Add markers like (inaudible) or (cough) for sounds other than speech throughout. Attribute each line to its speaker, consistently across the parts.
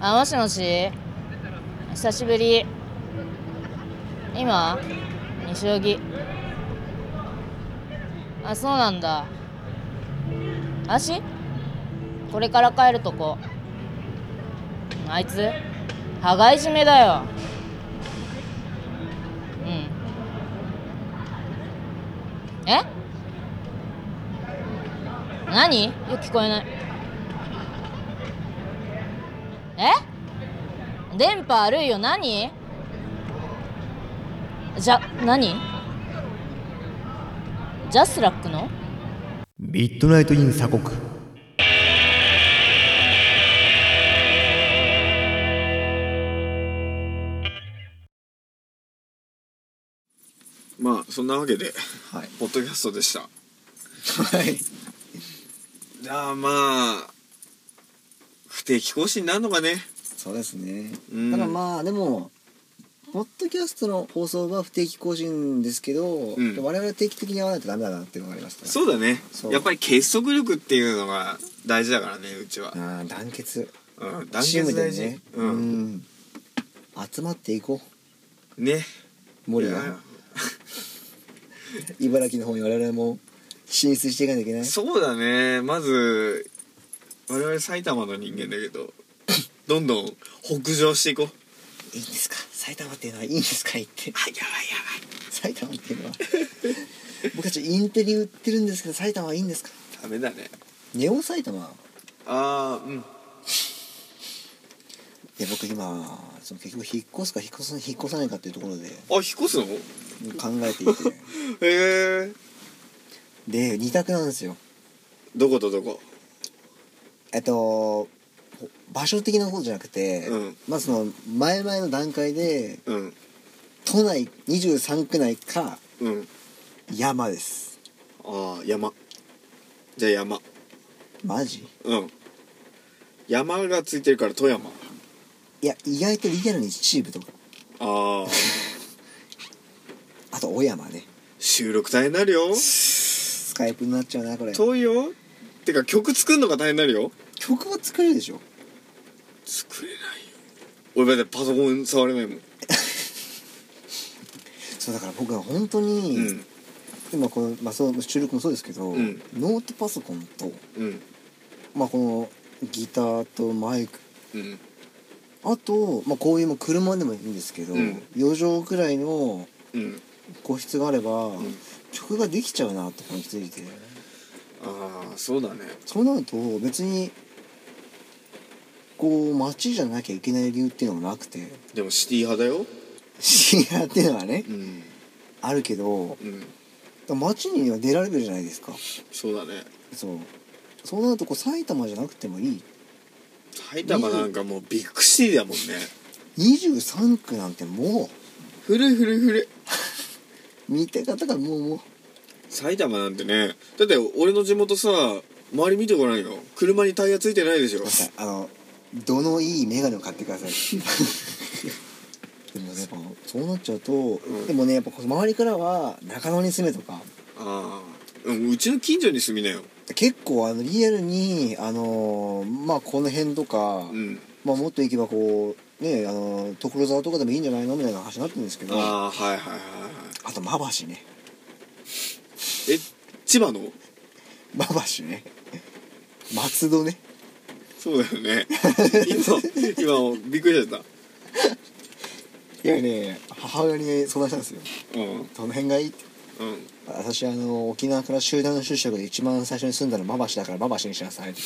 Speaker 1: あもしもし久しぶり今西荻あそうなんだ足これから帰るとこあいつ羽交い締めだようんえ何よく聞こえないえ電波悪いよ何じゃ何ジャスラックの
Speaker 2: ミッドナイトイン鎖国
Speaker 3: まあそんなわけで
Speaker 2: はい
Speaker 3: ポッドキャストでした
Speaker 2: はい
Speaker 3: じゃあまあ不定期更新になるのかね
Speaker 2: そうですね、
Speaker 3: うん
Speaker 2: ただまあでもポッドキャストの放送は不定期更新ですけど、
Speaker 3: ん
Speaker 2: 我々定期的に会わないとダメだなっていうのがありましたね
Speaker 3: そうだね
Speaker 2: そう
Speaker 3: やっぱり結束力っていうのが大事だからねうちは、
Speaker 2: ああ団結
Speaker 3: うん、団
Speaker 2: チーム
Speaker 3: 結
Speaker 2: で
Speaker 3: 大事、
Speaker 2: ね
Speaker 3: う
Speaker 2: うんん集まっていこ
Speaker 3: ね
Speaker 2: う森
Speaker 3: い
Speaker 2: が
Speaker 3: や
Speaker 2: 茨城の方に我々も進出していかなきゃいけない
Speaker 3: そうだねまず我々埼玉の人間だけ
Speaker 2: (laughs)
Speaker 3: どどんどん北上していこう
Speaker 2: いいんですか埼玉っていうのはいいんですか言って (laughs)
Speaker 3: あやばいや
Speaker 2: 埼玉っていうのは僕たちインテリ売ってるんですけど埼玉はいいんですか
Speaker 3: ばいダメだね
Speaker 2: ネオ埼玉
Speaker 3: ああうん
Speaker 2: いや僕今その結局引っ越すか引っ越さ引っ越さないかっていうところで
Speaker 3: あ引っ越すのへ
Speaker 2: 考えていて
Speaker 3: (laughs) え
Speaker 2: で二択なんですよ
Speaker 3: どことどこ
Speaker 2: えっとほ場所的なことじゃなくて、
Speaker 3: うん
Speaker 2: まずその前々の段階で
Speaker 3: うん
Speaker 2: 都内23区内か
Speaker 3: うん
Speaker 2: 山です
Speaker 3: ああ山じゃあ山
Speaker 2: マジ
Speaker 3: うん山がついてるから富山
Speaker 2: いや意外とリアルに秩父とか
Speaker 3: ああ
Speaker 2: あと小山ね
Speaker 3: 収録大変になるよ
Speaker 2: スカイプになっちゃうなこれ
Speaker 3: 遠いよてか曲作るのが大変になるよ
Speaker 2: 曲は作れるでしょ
Speaker 3: 作れないよ俺まだパソコン触れないもん
Speaker 2: そうだから僕は本当に、
Speaker 3: うん
Speaker 2: 今この、まあ、その収録もそうですけど、
Speaker 3: うん
Speaker 2: ノートパソコンと、
Speaker 3: うん
Speaker 2: まあ、このギターとマイク
Speaker 3: うん
Speaker 2: あと、まあ、こういうもう車でもいいんですけど、
Speaker 3: うん
Speaker 2: 4畳くらいの
Speaker 3: うん
Speaker 2: 個室があれば、
Speaker 3: ん
Speaker 2: 曲ができちゃうなとかに気づいて
Speaker 3: ああそうだね
Speaker 2: そうなると別にこう街じゃなきゃいけない理由っていうのもなくて
Speaker 3: でもシティ派だよ
Speaker 2: 深夜っていうのはね、
Speaker 3: うん
Speaker 2: あるけど
Speaker 3: うん
Speaker 2: 街には出られるじゃないですか
Speaker 3: そうだね
Speaker 2: そうそうなるとこう埼玉じゃなくてもいい
Speaker 3: 埼玉なんかもうビッグシティだもんね
Speaker 2: 23区なんても
Speaker 3: 古い古い古いう
Speaker 2: 見て方がもうもう
Speaker 3: 埼玉なんてねだって俺の地元さ周り見てごらんよ車にタイヤついてないでしょ
Speaker 2: ごめんなさいあのどのいい眼鏡を買ってください (laughs) でもねやっぱそうなっちゃうと、
Speaker 3: ん
Speaker 2: でもねやっぱ周りからは中野に住めとか
Speaker 3: ああうんうちの近所に住みなよ
Speaker 2: 結構あのリアルにあのーまあこの辺とか、
Speaker 3: うん
Speaker 2: まあ、もっと行けばこうねあのー所沢とかでもいいんじゃないのみたいな話になってるんですけどあ
Speaker 3: ああはいはいはいは
Speaker 2: とまばしね
Speaker 3: いえ千葉の
Speaker 2: まばしね (laughs) 松戸ね
Speaker 3: そうだよ
Speaker 2: (laughs)
Speaker 3: ね今今びっくりしちゃっ
Speaker 2: いやね母親に相談したんですよ
Speaker 3: たうん
Speaker 2: どの辺がいいって
Speaker 3: うん
Speaker 2: 私あの沖縄から集団就職で一番最初に住んだのマバシだからマバシにしなさいって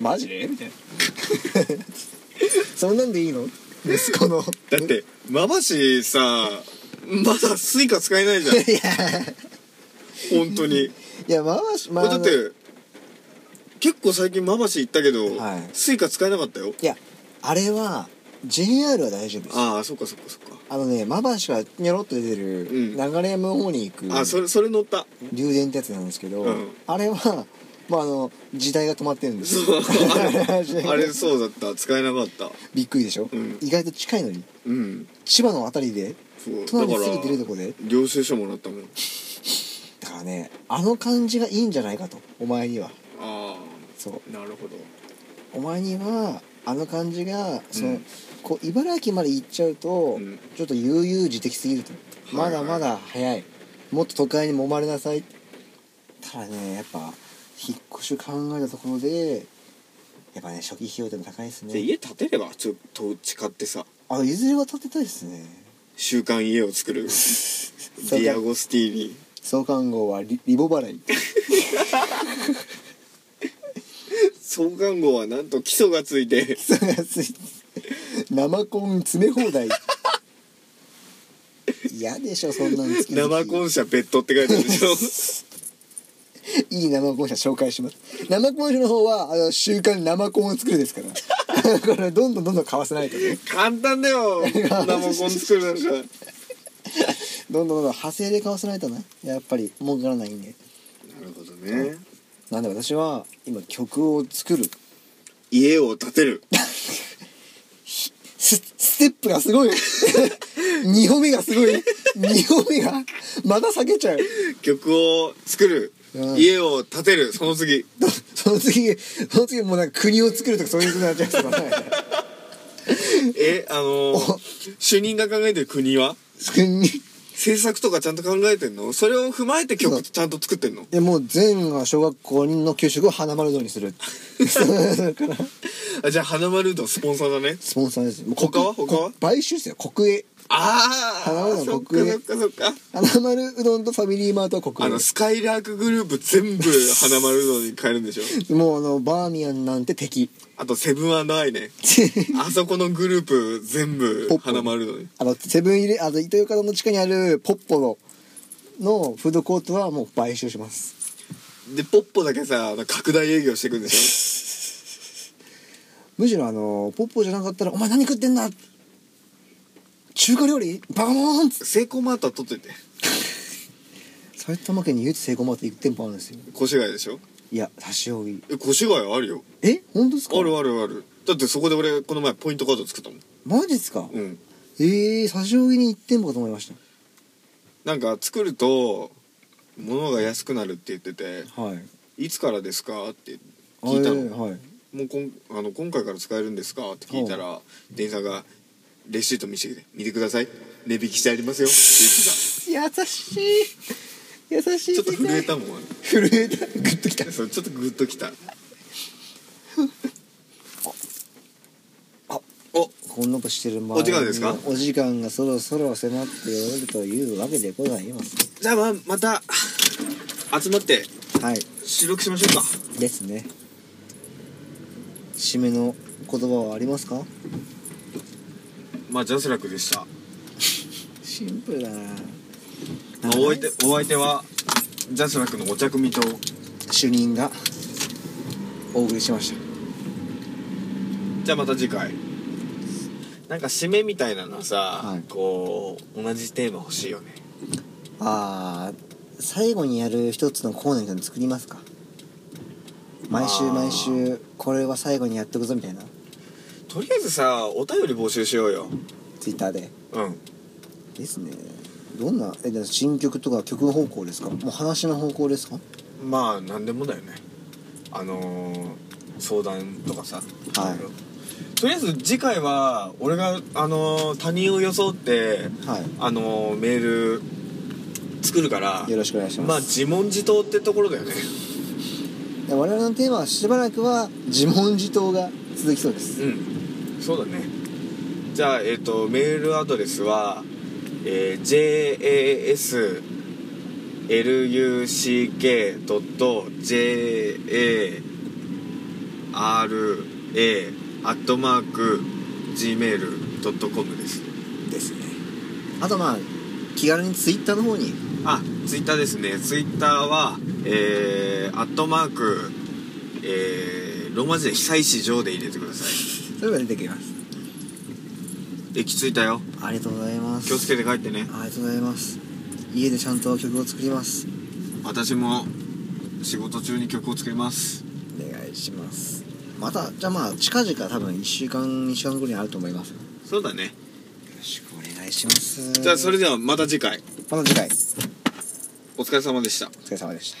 Speaker 2: マジでみたいな (laughs) そんなんでいいの息子の
Speaker 3: だってまばしさまだスイカ使えないじゃん
Speaker 2: いや
Speaker 3: 本当に
Speaker 2: いやマバシま
Speaker 3: 俺だって結構最近まばし行ったけど、
Speaker 2: はい
Speaker 3: スイカ使えなかったよ
Speaker 2: いやあれは JR は大丈夫ですあ
Speaker 3: ああそっかそっかそっか
Speaker 2: のねマバシはニョロっと出てる
Speaker 3: うん
Speaker 2: 流山の方に行く
Speaker 3: あそれそれ乗った
Speaker 2: 流電ってやつなんですけど、
Speaker 3: うん
Speaker 2: あれはまああの時代が止まってるんです
Speaker 3: そう
Speaker 2: (laughs) 時代が
Speaker 3: あれそうだった使えなかった
Speaker 2: びっくりでしょ、
Speaker 3: うん
Speaker 2: 意外と近いのに
Speaker 3: うん
Speaker 2: 千葉のあたりで
Speaker 3: そう
Speaker 2: 都内に過ぎてるとこで
Speaker 3: 領収書もらったもん
Speaker 2: だからねあの感じがいいんじゃないかとお前には
Speaker 3: あ
Speaker 2: そう
Speaker 3: あなるほど
Speaker 2: お前にはあの感じがその、
Speaker 3: うん
Speaker 2: こう茨城まで行っちゃうと、
Speaker 3: うん
Speaker 2: ちょっと悠々自適すぎると、
Speaker 3: はいはい
Speaker 2: まだまだ早いもっと都会に揉まれなさいただねやっぱ引っ越しを考えたところでやっぱね初期費用でも高いです
Speaker 3: で
Speaker 2: ね
Speaker 3: 家建てればちょっと地買ってさ
Speaker 2: あいずれは建てたいですね
Speaker 3: 週刊家を
Speaker 2: (laughs)
Speaker 3: 作るデ
Speaker 2: うか
Speaker 3: ィアゴスティーニ
Speaker 2: 創刊号はリリボ払い
Speaker 3: 創刊号はなんと基礎がついて
Speaker 2: それがつい (laughs) 生コン詰め放題嫌でしょそんなの月々
Speaker 3: 生婚者別途って書いてあるで
Speaker 2: (laughs)
Speaker 3: しょ
Speaker 2: いい生コン社紹介します生コン社の方はあの週刊生コンを作るですから (laughs) これどんどんどんどん買わせないとね
Speaker 3: 簡単だよ生婚作るなんか
Speaker 2: どんどんどんどん派生で買わせないとねやっぱり儲からないんで
Speaker 3: なるほどね
Speaker 2: なんで私は今曲を作る
Speaker 3: 家を建てる
Speaker 2: スステップがすごい (laughs) 二歩目がすごい二歩目がまた下げちゃう
Speaker 3: 曲を作る、
Speaker 2: うん
Speaker 3: 家を建てるその次
Speaker 2: どその次その次もうなんか国を作るとかそういうことになっちゃいますからね
Speaker 3: えあのー主任が考えてる国は
Speaker 2: 国
Speaker 3: (laughs) 政策とかちゃんと考えてんのそれを踏まえて曲ちゃんと作ってんの
Speaker 2: でもう全が小学校の給食を花丸堂にする (laughs) だから
Speaker 3: あじゃあ花丸うどんスポンサーだね
Speaker 2: スポンサーです。も
Speaker 3: (laughs)
Speaker 2: う
Speaker 3: 他は
Speaker 2: 国
Speaker 3: 他は
Speaker 2: こ買収ですよ。国営。
Speaker 3: あ
Speaker 2: 花
Speaker 3: あ
Speaker 2: 丸
Speaker 3: そ
Speaker 2: うど
Speaker 3: っ
Speaker 2: ん
Speaker 3: か
Speaker 2: 国営
Speaker 3: そっかそっか
Speaker 2: 花丸うどんとファミリーマートは
Speaker 3: あ
Speaker 2: 国
Speaker 3: のスカイラークグループ全部花丸うどんに変えるんでしょ
Speaker 2: 営。もうあのバーミヤンなんて敵。 (laughs)
Speaker 3: あとセブンアイねあそこのグループ全部
Speaker 2: ポッポ
Speaker 3: 花丸うどんに
Speaker 2: あのセブン入れあの豊岡の地下にあるポッポののフードコートはもう買収します。
Speaker 3: でポッポだけさあの拡大営業していくんでし
Speaker 2: むしろあのポッポじゃなかったらお前何食ってんだ。中華料理バカモンっつ
Speaker 3: ょセイコーマートは取っといて
Speaker 2: 埼玉県に唯一セイコーマート行く店舗あるんですよ。
Speaker 3: 越谷でしょ
Speaker 2: いや差し置き。
Speaker 3: え越谷あるよ
Speaker 2: え本当ですか
Speaker 3: あ。るあるあるだってそこで俺この前ポイントカード作ったもん
Speaker 2: マジですか。
Speaker 3: うん
Speaker 2: ええー、差し置きに1店舗かと思いまし
Speaker 3: なんか作ると物が安くなるって言ってて
Speaker 2: た。はい。
Speaker 3: 「いつからですか?」って聞いた
Speaker 2: あえー
Speaker 3: の
Speaker 2: はい。
Speaker 3: 「もうこんあの今回から使えるんですか?」って聞いたら店員さんが「レシート見せてくれ見てください値引きしてありますよ」って言
Speaker 2: 優しい優しい
Speaker 3: ってたちょっと震えたもん
Speaker 2: 震えたグッときた
Speaker 3: そうちょっとグッときた
Speaker 2: あ
Speaker 3: お
Speaker 2: (laughs) こんなことしてる間に
Speaker 3: お時間ですか
Speaker 2: お時間がそろそろ迫っておるというわけでございます
Speaker 3: じゃあまあまた集まって
Speaker 2: はい
Speaker 3: 収録しましょうか
Speaker 2: ですね締めの言葉はありますか
Speaker 3: まあジャスラックでした、
Speaker 2: シンプルだな
Speaker 3: まあ、お相手お相手はジャスラックのお茶組と
Speaker 2: 主任がお送りしました
Speaker 3: じゃあまた次回なんか締めみたいなのはさ、
Speaker 2: はい
Speaker 3: こう同じテーマ欲しいよね
Speaker 2: あー最後にやる一つのコーナーみたいなの作りますか毎週
Speaker 3: あー
Speaker 2: 毎週これは最後にやっとくぞみたいな
Speaker 3: とりあえずさお便り募集しようよ
Speaker 2: ツイッターで
Speaker 3: うん
Speaker 2: ですねどんなえでも新曲とか曲方向ですかもう話の方向ですか
Speaker 3: まあ何でもだよねあのー、相談とかさいとりあえず次回は俺が、あのー他人を装って、
Speaker 2: はい
Speaker 3: あのーメール作るから
Speaker 2: よろしくお願いし
Speaker 3: まあ
Speaker 2: ます、
Speaker 3: 自問自答ってところだよね
Speaker 2: で我々のテーマはしばらくは自問自答が続きそうです
Speaker 3: うんそうだねじゃあえっ、とメールアドレスは、えー、jasluck.jara アットマーク gmail.com です
Speaker 2: ですねあとまあ気軽にツイッターの方に
Speaker 3: あツイッターですねツイッターはえー、アットマークえー、ローマ字で久石城で入れてください
Speaker 2: それが出てきます
Speaker 3: 駅着いたよ
Speaker 2: ありがとうございます
Speaker 3: 気をつけて帰ってね
Speaker 2: ありがとうございます家でちゃんと曲を作ります
Speaker 3: 私も仕事中に曲を作ります
Speaker 2: お願いしますまたじゃあまあ近々多分1週間2週間後にあると思いますよ
Speaker 3: そうだね
Speaker 2: ろしくお願いします
Speaker 3: じゃあそれではまた次回
Speaker 2: また次回
Speaker 3: お疲れ様でした
Speaker 2: お疲れ様でした